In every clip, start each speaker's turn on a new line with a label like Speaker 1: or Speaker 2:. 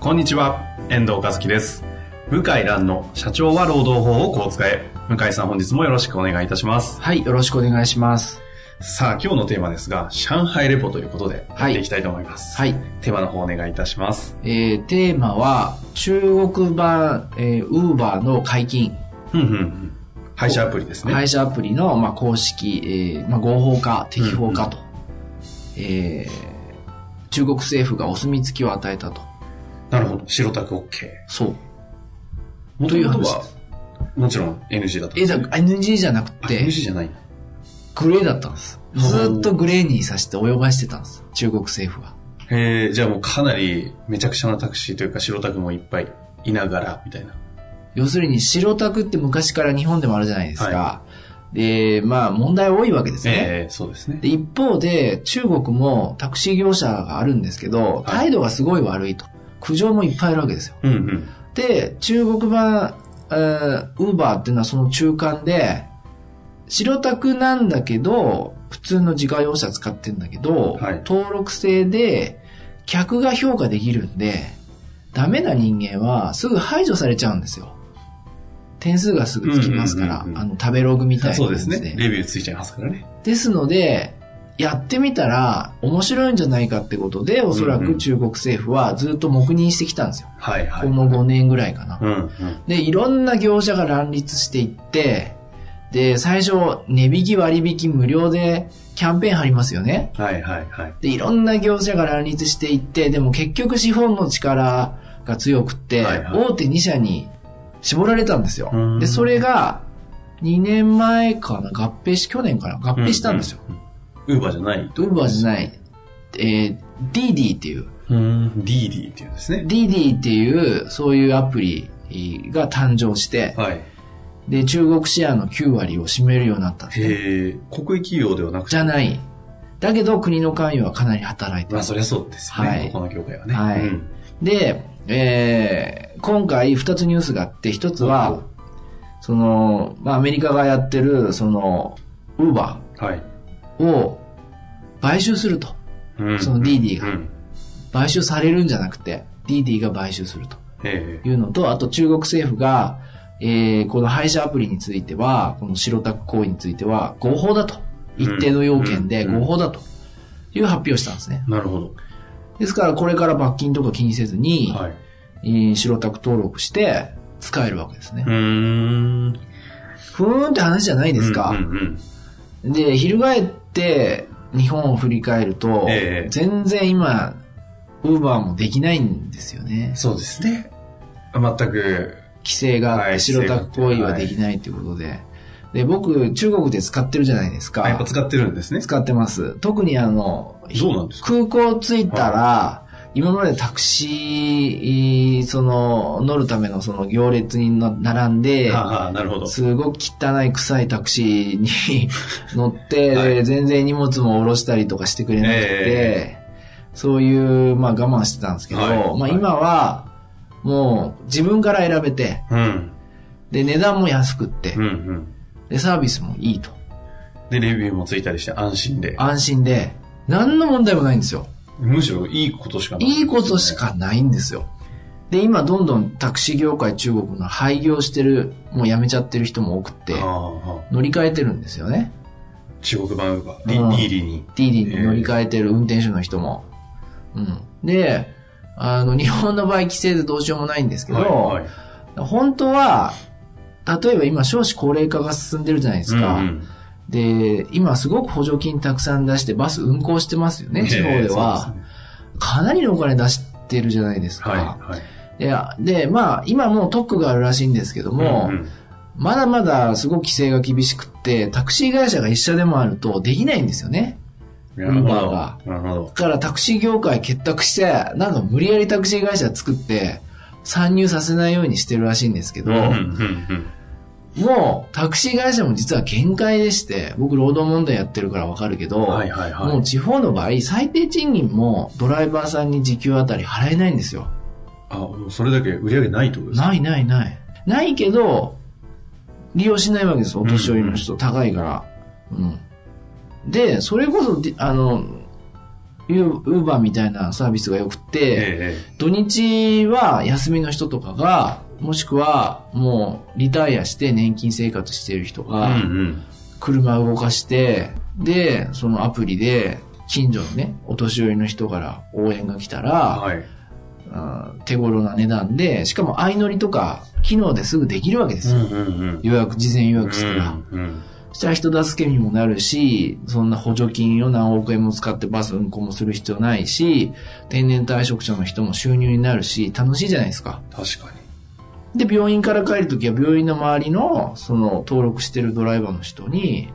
Speaker 1: こんにちは、遠藤和樹です。向井蘭の社長は労働法をこう使え。向井さん本日もよろしくお願いいたします。
Speaker 2: はい、よろしくお願いします。
Speaker 1: さあ、今日のテーマですが、上海レポということで、や
Speaker 2: は
Speaker 1: っ
Speaker 2: い
Speaker 1: ていきたいと思います。
Speaker 2: はい。
Speaker 1: テーマの方お願いいたします。
Speaker 2: えー、テーマは、中国版、えー、ウーバーの解禁。
Speaker 1: うんうんうん。配車アプリですね。
Speaker 2: 配車アプリの、まあ、公式、えー、まあ、合法化、適法化と、えー、中国政府がお墨付きを与えたと。
Speaker 1: なるほど。白タク OK。
Speaker 2: そう。
Speaker 1: もと
Speaker 2: という
Speaker 1: もと
Speaker 2: 話
Speaker 1: は、もちろん NG だったんです
Speaker 2: えー、だ
Speaker 1: ね、
Speaker 2: NG じゃなく
Speaker 1: あ
Speaker 2: て
Speaker 1: NG、じゃない。
Speaker 2: グレーだったんです。ずーっとグレーにさせて泳がしてたんです。中国政府は。
Speaker 1: えー、じゃあもうかなりめちゃくちゃなタクシーというか白タクもいっぱいいながら、みたいな。
Speaker 2: 要するに、白タクって昔から日本でもあるじゃないですか。で、まあ、問題多いわけですね。
Speaker 1: えー、そうですね。
Speaker 2: で一方で、中国もタクシー業者があるんですけど、
Speaker 1: い
Speaker 2: 態度がすごい悪いと。苦情もいっぱいあるわけですよ。
Speaker 1: うんうん。
Speaker 2: で、中国版、えーウーバーっていうのはその中間で、白タクなんだけど、普通の自家用車使ってんだけど、
Speaker 1: はい
Speaker 2: 登録制で、客が評価できるんで、ダメな人間はすぐ排除されちゃうんですよ。点数がすぐつきますか
Speaker 1: う
Speaker 2: ら、
Speaker 1: んうんうんうん
Speaker 2: あの、食べログみたいな
Speaker 1: そう
Speaker 2: 感
Speaker 1: で
Speaker 2: じ
Speaker 1: す
Speaker 2: で。
Speaker 1: ね。レビューついちゃいますからね。
Speaker 2: ですので、やってみたら面白いんじゃないかってことで、おそら
Speaker 1: うんうん
Speaker 2: く中国政府はずっと黙認してきたんですよ。
Speaker 1: はいはい。
Speaker 2: この5年ぐらいかな
Speaker 1: う。んうん。
Speaker 2: で、いろんな業者が乱立していって、で、最初、値引き割引無料でキャンペーン貼りますよね。
Speaker 1: はいはいはい。
Speaker 2: で、いろんな業者が乱立していって、でも結局資本の力が強くって、
Speaker 1: はいはい
Speaker 2: 大手2社に絞られたんですよ
Speaker 1: う。ん
Speaker 2: で、それが2年前かな、合併し、去年かな、合併したんですよ。
Speaker 1: ウーバーじゃないと。
Speaker 2: ウーバーじゃない、えー、ディーディっていう、
Speaker 1: うん。ディーディーっていうんです
Speaker 2: デ
Speaker 1: ね。
Speaker 2: ィーディっていう、そういうアプリが誕生して、
Speaker 1: はい。
Speaker 2: で、中国シェアの9割を占めるようになったんですね。
Speaker 1: へえ、国営企業ではなくて。
Speaker 2: じゃない。だけど、国の関与はかなり働いて
Speaker 1: ま
Speaker 2: ま
Speaker 1: あ
Speaker 2: す。
Speaker 1: そりゃそうですよね。
Speaker 2: はい
Speaker 1: ここの業界はね。
Speaker 2: はい
Speaker 1: うん
Speaker 2: で、えー、今回2つニュースがあって、1つ
Speaker 1: お
Speaker 2: は、その、まあ、アメリカがやってる、その、ウーバ
Speaker 1: はい。
Speaker 2: ーを買収すると。
Speaker 1: うん
Speaker 2: そのディーディが
Speaker 1: うん。
Speaker 2: 買収されるんじゃなくて、ディーディが買収すると。
Speaker 1: え
Speaker 2: いうのと、あと中国政府が、えーこの配車アプリについては、この白タク行為については、合法だと。一定の要件で
Speaker 1: うんうん
Speaker 2: 合法だという発表したんですね。
Speaker 1: え。なるほど。
Speaker 2: ですから、これから罰金とか気にせずに、
Speaker 1: はい。
Speaker 2: えー白タク登録して使えるわけですね
Speaker 1: う。ーん。
Speaker 2: ふーんって話じゃないです
Speaker 1: う
Speaker 2: か。
Speaker 1: んうん
Speaker 2: で、翻って日本を振り返ると、
Speaker 1: ええ
Speaker 2: 全然今、ウーバーもできないんですよね
Speaker 1: うん。そうですね。全く、
Speaker 2: 規制があっ
Speaker 1: は
Speaker 2: て、
Speaker 1: い
Speaker 2: 白タク行為はできないということで。で、僕、中国で使ってるじゃないですか。
Speaker 1: あやっぱ使ってるんですね。
Speaker 2: 使ってます。特にあの、
Speaker 1: どうなんですか
Speaker 2: 空港着いたら、今までタクシー、その、乗るためのその行列にな並んで、
Speaker 1: はあはあ、なるほど。
Speaker 2: すごく汚い臭いタクシーに乗っ て、
Speaker 1: はい
Speaker 2: で全然荷物も下ろしたりとかしてくれなくて、
Speaker 1: え
Speaker 2: そういう、まあ我慢してたんですけど、
Speaker 1: はい
Speaker 2: まあ今は、もう自分から選べて、
Speaker 1: うん。
Speaker 2: で、値段も安くって
Speaker 1: うんう、ん。
Speaker 2: で、サービスもいいと。
Speaker 1: で、レビューもついたりして安心で。
Speaker 2: 安心で、何の問題もないんですよ。
Speaker 1: むしろいいことしかない。
Speaker 2: いいことし。かないんですよ。で、今どんどんタクシー業界中国の廃業してる、もう辞めちゃってる人も多くって
Speaker 1: あ、あはあ。
Speaker 2: 乗り換えてるんですよね。
Speaker 1: 中国版ウーバー、リ
Speaker 2: うん
Speaker 1: リーリーに。
Speaker 2: ディーディーに乗り換えてる運転手の人も。うん。で、あの、日本の場合規制でどうしようもないんですけど、
Speaker 1: はいはい
Speaker 2: 本当は、例えば今少子高齢化が進んでるじゃないですか。
Speaker 1: うんうん
Speaker 2: で、今すごく補助金たくさん出してバス運行してますよね、地方
Speaker 1: ええ
Speaker 2: で
Speaker 1: そ
Speaker 2: は
Speaker 1: う。ですね
Speaker 2: かなりのお金出してるじゃないですか。
Speaker 1: はい、はい。
Speaker 2: いや、で、まあ、今もう特区があるらしいんですけども、
Speaker 1: んん
Speaker 2: まだまだすごく規制が厳しくって、タクシー会社が一社でもあるとできないんですよね。
Speaker 1: なるほど
Speaker 2: Uber が。
Speaker 1: なるほど
Speaker 2: だ。からタクシー業界結託して、なんか無理やりタクシー会社作って、参入させないようにしてるらしいんですけど、
Speaker 1: うんうんうん
Speaker 2: もうタクシー会社も実は限界でして、僕労働問題やってるからわかるけど、
Speaker 1: うん。はいはいは
Speaker 2: もう
Speaker 1: い。
Speaker 2: 地方の場合、最低賃金もドライバーさんに時給あたり払えないんですよ。
Speaker 1: あ、もうそれだけ売り上げないってことですか
Speaker 2: ないないない。ないけど、利用しないわけです。お年寄りの人、高いから。うん。で、それこそ、であの、ユーウーバーみたいなサービスが良くて、
Speaker 1: え
Speaker 2: 土日は休みの人とかが、もしくはもうリタイアして年金生活してる人
Speaker 1: え。う
Speaker 2: が、
Speaker 1: ん
Speaker 2: 車動かして、で、そのアプリで、近所のね、お年寄りの人から応援が来たら、
Speaker 1: うん。はい。
Speaker 2: あー手頃な値段で、しかも相乗りとか、機能ですぐできるわけで
Speaker 1: う
Speaker 2: すよ。
Speaker 1: んうんうん。
Speaker 2: 予約、事前予
Speaker 1: うん
Speaker 2: 約するから。
Speaker 1: うん
Speaker 2: そしたら人助けにもなるし、そんな補助金を何億円も使ってバス運行もする必要ないし、定年退職者の人も収入になるし、楽しいじゃないですか。
Speaker 1: 確かに。
Speaker 2: で、病院から帰るときは病院の周りの、その登録してるドライバーの人に、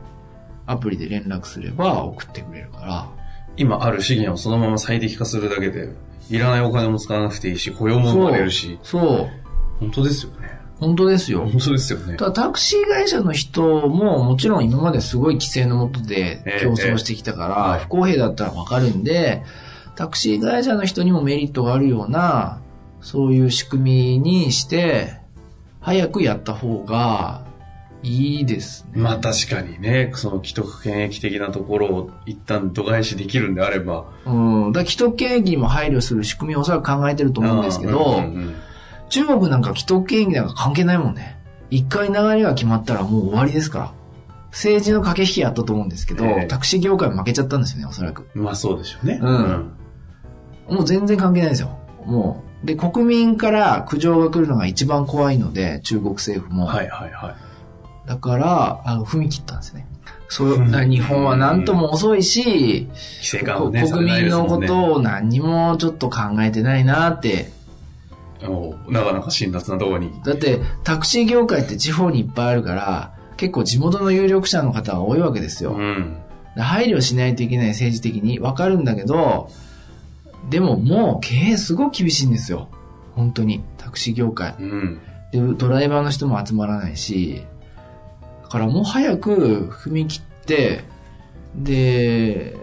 Speaker 2: アプリで連絡すれば送ってくれるから。
Speaker 1: 今ある資源をそのまま最適化するだけで、いらないお金も使わなくていいし、雇用も生まれるし、
Speaker 2: そう。
Speaker 1: 本当ですよね。
Speaker 2: 本当ですよ。
Speaker 1: 本当ですよね。
Speaker 2: ただタクシー会社の人ももちろん今まですごい規制のもとで
Speaker 1: ええ
Speaker 2: 競争してきたから、
Speaker 1: ええ
Speaker 2: 不公平だったらわかるんで、タクシー会社の人にもメリットがあるような、そういう仕組みにして、早くやった方がいいですね。
Speaker 1: まあ確かにね、その既得権益的なところを一旦度外視できるんであれば。
Speaker 2: うん。だから既得権益にも配慮する仕組みをおそらく考えてると思うんですけど、
Speaker 1: うんうんうん
Speaker 2: 中国なんか既得権益なんか関係ないもんね。一回流れが決まったらもう終わりですから。政治の駆け引きやったと思うんですけど、
Speaker 1: ええ
Speaker 2: タクシー業界も負けちゃったんですよね、おそらく。
Speaker 1: まあそうでしょうね。
Speaker 2: うんもう全然関係ないですよ。もう。で、国民から苦情が来るのが一番怖いので、中国政府も。
Speaker 1: はいはいはい。
Speaker 2: だから、あの、踏み切ったんですね。そう、
Speaker 1: うん
Speaker 2: だから日本は何とも遅いし、
Speaker 1: 規制感を
Speaker 2: こ
Speaker 1: ね、
Speaker 2: 国民のこ
Speaker 1: されない
Speaker 2: とを何にもちょっと考えてないなって。
Speaker 1: ですもんねおなかなか辛辣なところに。
Speaker 2: だって、タクシー業界って地方にいっぱいあるから、結構地元の有力者の方が多いわけですよ。
Speaker 1: うん。
Speaker 2: で配慮しないといけない政治的にわかるんだけど、でももう経営すごく厳しいんですよ。本当に。タクシー業界。
Speaker 1: うん。
Speaker 2: で、ドライバーの人も集まらないし、だからもう早く踏み切って、で、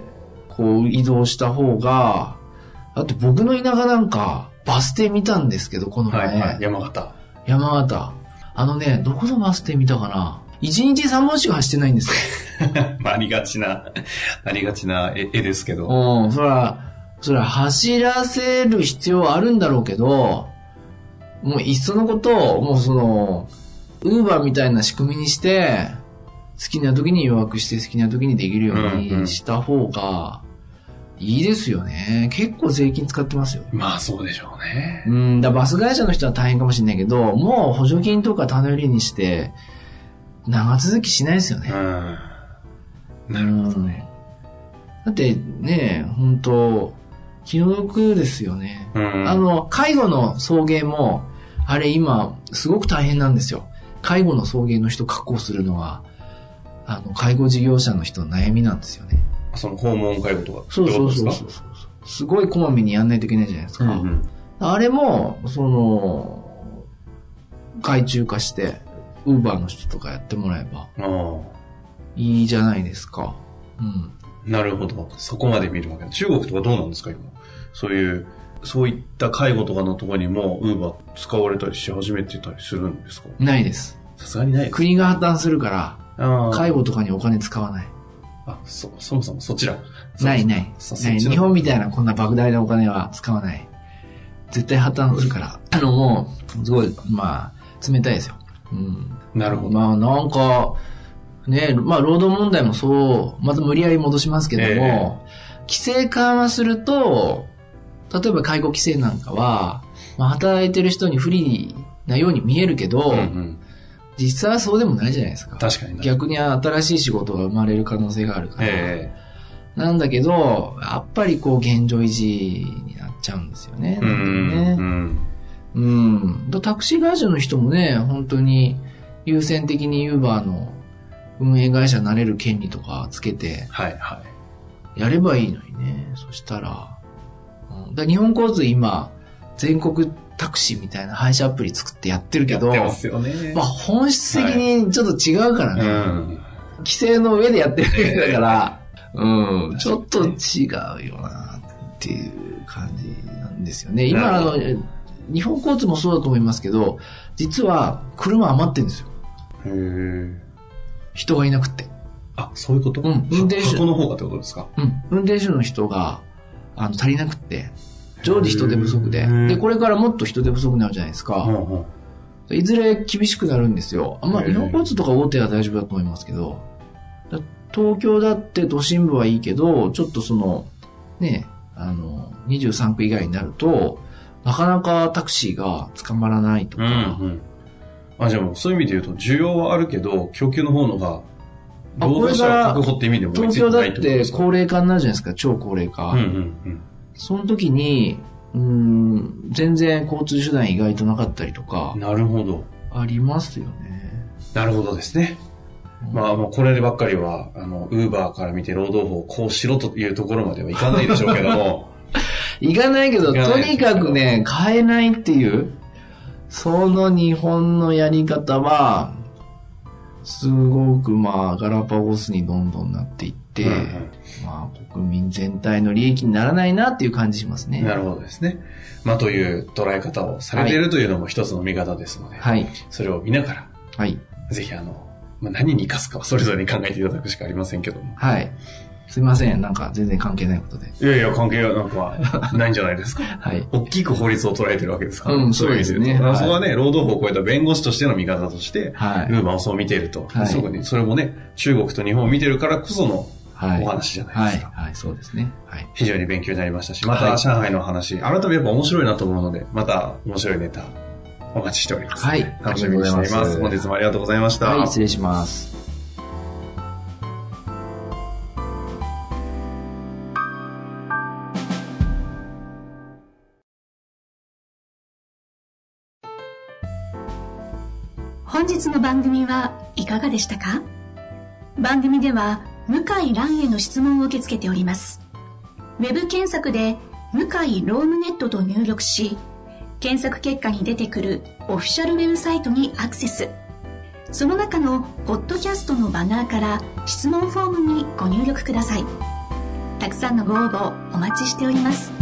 Speaker 2: こう移動した方が、だって僕の田舎なんかバス停見たんですけど、この
Speaker 1: は
Speaker 2: 前。
Speaker 1: いはい。山形。
Speaker 2: 山形。あのね、どこのバス停見たかな一日三本しか走ってないんですよ
Speaker 1: まあありがちな、 ありがちな絵絵ですけど。
Speaker 2: うん、そら、そら走らせる必要はあるんだろうけど、もういっそのこと、もうその、ウーバーみたいな仕組みにして、好きな時に予約して好きな時にできるよう
Speaker 1: うんうん
Speaker 2: にした方がいいですよね。結構税金使ってますよ。
Speaker 1: まあそうでしょうね。
Speaker 2: うん、だからバス会社の人は大変かもしれないけど、もう補助金とか頼りにして、長続きしないですよね
Speaker 1: うん。。なるほどね。
Speaker 2: だってね、本当気の毒ですよね。
Speaker 1: うん。
Speaker 2: あの、介護の送迎も、あれ今、すごく大変なんですよ。介護の送迎の人確保するのは、あの、介護事業者の人の悩みなんですよね。
Speaker 1: その訪問介護とかって
Speaker 2: そう
Speaker 1: こ
Speaker 2: そ
Speaker 1: と
Speaker 2: う
Speaker 1: です
Speaker 2: そう
Speaker 1: か
Speaker 2: そうそう。すごいこまめにやんないといけないじゃないですか。
Speaker 1: うんうん
Speaker 2: あれも、その、外注化して、ウーバーの人とかやってもらえば
Speaker 1: あ
Speaker 2: いいじゃないですか。うん。
Speaker 1: あなるほど。そこまで見るわけだ中国とかどうなんですか、今。そういう、そういった介護とかのところにも、ウーバー使われたりし始めてたりするんですか
Speaker 2: ないです。
Speaker 1: さすがにない
Speaker 2: 国が破綻するから、
Speaker 1: ああ
Speaker 2: 介護とかにお金使わない。
Speaker 1: あ、そ、そもそもそちら。
Speaker 2: ないない。
Speaker 1: そそ
Speaker 2: な
Speaker 1: っ
Speaker 2: い
Speaker 1: ちの
Speaker 2: 日本みたいなこんな莫大なお金は使わない。絶対破綻するから。あのもう、すごい、まあ、冷たいですよ。うん。
Speaker 1: なるほど。
Speaker 2: まあなんか、ね、まあ労働問題もそう、また無理やり戻しますけども、規制緩和すると、例えば介護規制なんかは、まあ働いてる人に不利なように見えるけど、
Speaker 1: うんうん
Speaker 2: 実際はそうでもないじゃないですか。
Speaker 1: 確かにな。
Speaker 2: 逆に新しい仕事が生まれる可能性があるから、
Speaker 1: ええ
Speaker 2: なんだけど、やっぱりこう現状維持になっちゃうんですよね。
Speaker 1: うん
Speaker 2: な
Speaker 1: うん
Speaker 2: かね
Speaker 1: ん。
Speaker 2: うん。だタクシー会社の人もね、本当に優先的に Uber の運営会社になれる権利とかつけて
Speaker 1: はいは
Speaker 2: やればいいのにね。そしたら。うん、だから日本交通今、全国タクシーみたいな配車アプリ作ってやってるけど、
Speaker 1: やってますよね。
Speaker 2: まあ本質的にちょっと違うから
Speaker 1: う
Speaker 2: ね。
Speaker 1: ん。
Speaker 2: 規制の上でやってるわけだから、うん、ちょっと違うよなっていう感じなんですよね。今、
Speaker 1: な
Speaker 2: あ
Speaker 1: るほ
Speaker 2: の
Speaker 1: ど、
Speaker 2: 日本交通もそうだと思いますけど、実は車余ってるんですよ。
Speaker 1: へえ。
Speaker 2: 人がいなくて。
Speaker 1: あ、そういうこと
Speaker 2: うん運転手
Speaker 1: 箱の方がってことですか
Speaker 2: うん、運転手の人があの足りなくって、常時人手不足
Speaker 1: へ
Speaker 2: で、
Speaker 1: ー
Speaker 2: で、これからもっと人手不足になるじゃないです
Speaker 1: うん
Speaker 2: か。
Speaker 1: うん。
Speaker 2: いずれ厳しくなるんですよ。あんま
Speaker 1: へ
Speaker 2: あ
Speaker 1: ー
Speaker 2: 日本交通とか大手は大丈夫だと思いますけど、だ東京だって都心部はいいけど、ちょっとその、ね、あの、23区以外になると、なかなかタクシーが捕まらないと
Speaker 1: う
Speaker 2: か、
Speaker 1: んうん。あ、じゃあもうそういう意味で言うと、需要はあるけど、供給の方のが、
Speaker 2: あ
Speaker 1: 労働者
Speaker 2: これから
Speaker 1: 確保って意味でも
Speaker 2: 東京だっ
Speaker 1: 追いついない
Speaker 2: て
Speaker 1: ってこ
Speaker 2: 高齢化になるじゃないですか、超高齢化。
Speaker 1: とですかうんうん
Speaker 2: その時に、うーん、全然交通手段意外となかったりとか
Speaker 1: うん。、なるほど。
Speaker 2: ありますよね。
Speaker 1: なるほどですね。まあ、もうこればっかりは、あの、ウーバーから見て労働法をこうしろというところまではいかないでしょうけど も、
Speaker 2: いかないけど、
Speaker 1: いか
Speaker 2: と
Speaker 1: ない
Speaker 2: にかくね、変えないっていう、その日本のやり方は、すごくまあ、ガラパゴスにどんどんなっていって、
Speaker 1: うんうん
Speaker 2: まあ、国民全体の利益にならないなっていう感じしますね。
Speaker 1: なるほどですね。まあ、という捉え方をされているというのも一つの見方ですので、
Speaker 2: はい。
Speaker 1: それを見ながら、
Speaker 2: はい。
Speaker 1: ぜひあの、まあ、何に生かすかはそれぞれに考えていただくしかありませんけども。
Speaker 2: はい。すいません。なんか全然関係ないことで。
Speaker 1: いやいや、関係なん かないんじゃないですか。
Speaker 2: はい。
Speaker 1: 大きく法律を捉えてるわけですから、
Speaker 2: うんそうですね
Speaker 1: い意味言と
Speaker 2: はい
Speaker 1: そこはね、労働法を超えた弁護士としての見方として、
Speaker 2: はい
Speaker 1: ウーマンをそう見ていると。
Speaker 2: はい
Speaker 1: そこに、それもね、中国と日本を見てるからこその
Speaker 2: はい。
Speaker 1: お話じゃない
Speaker 2: は
Speaker 1: で
Speaker 2: い。
Speaker 1: すか。
Speaker 2: はい。そうですね。はい。
Speaker 1: 非常に勉強になりましたし、ま
Speaker 2: は
Speaker 1: た
Speaker 2: い
Speaker 1: 上海の話、改めてやっぱ面白いなと思うので、また面白いネタお待ちしております。
Speaker 2: はい
Speaker 1: 楽しみにしています。
Speaker 2: ありがとうご
Speaker 1: 本
Speaker 2: ざいます
Speaker 1: 日もありがとうございました。
Speaker 2: はい。失礼します。
Speaker 3: 本日の番組はいかがでしたか番組では向井蘭への質問を受け付けておりますウェブ検索で「向井ロームネット」と入力し検索結果に出てくるオフィシャルウェブサイトにアクセスその中のポッドキャストのバナーから質問フォームにご入力くださいたくさんのご応募お待ちしております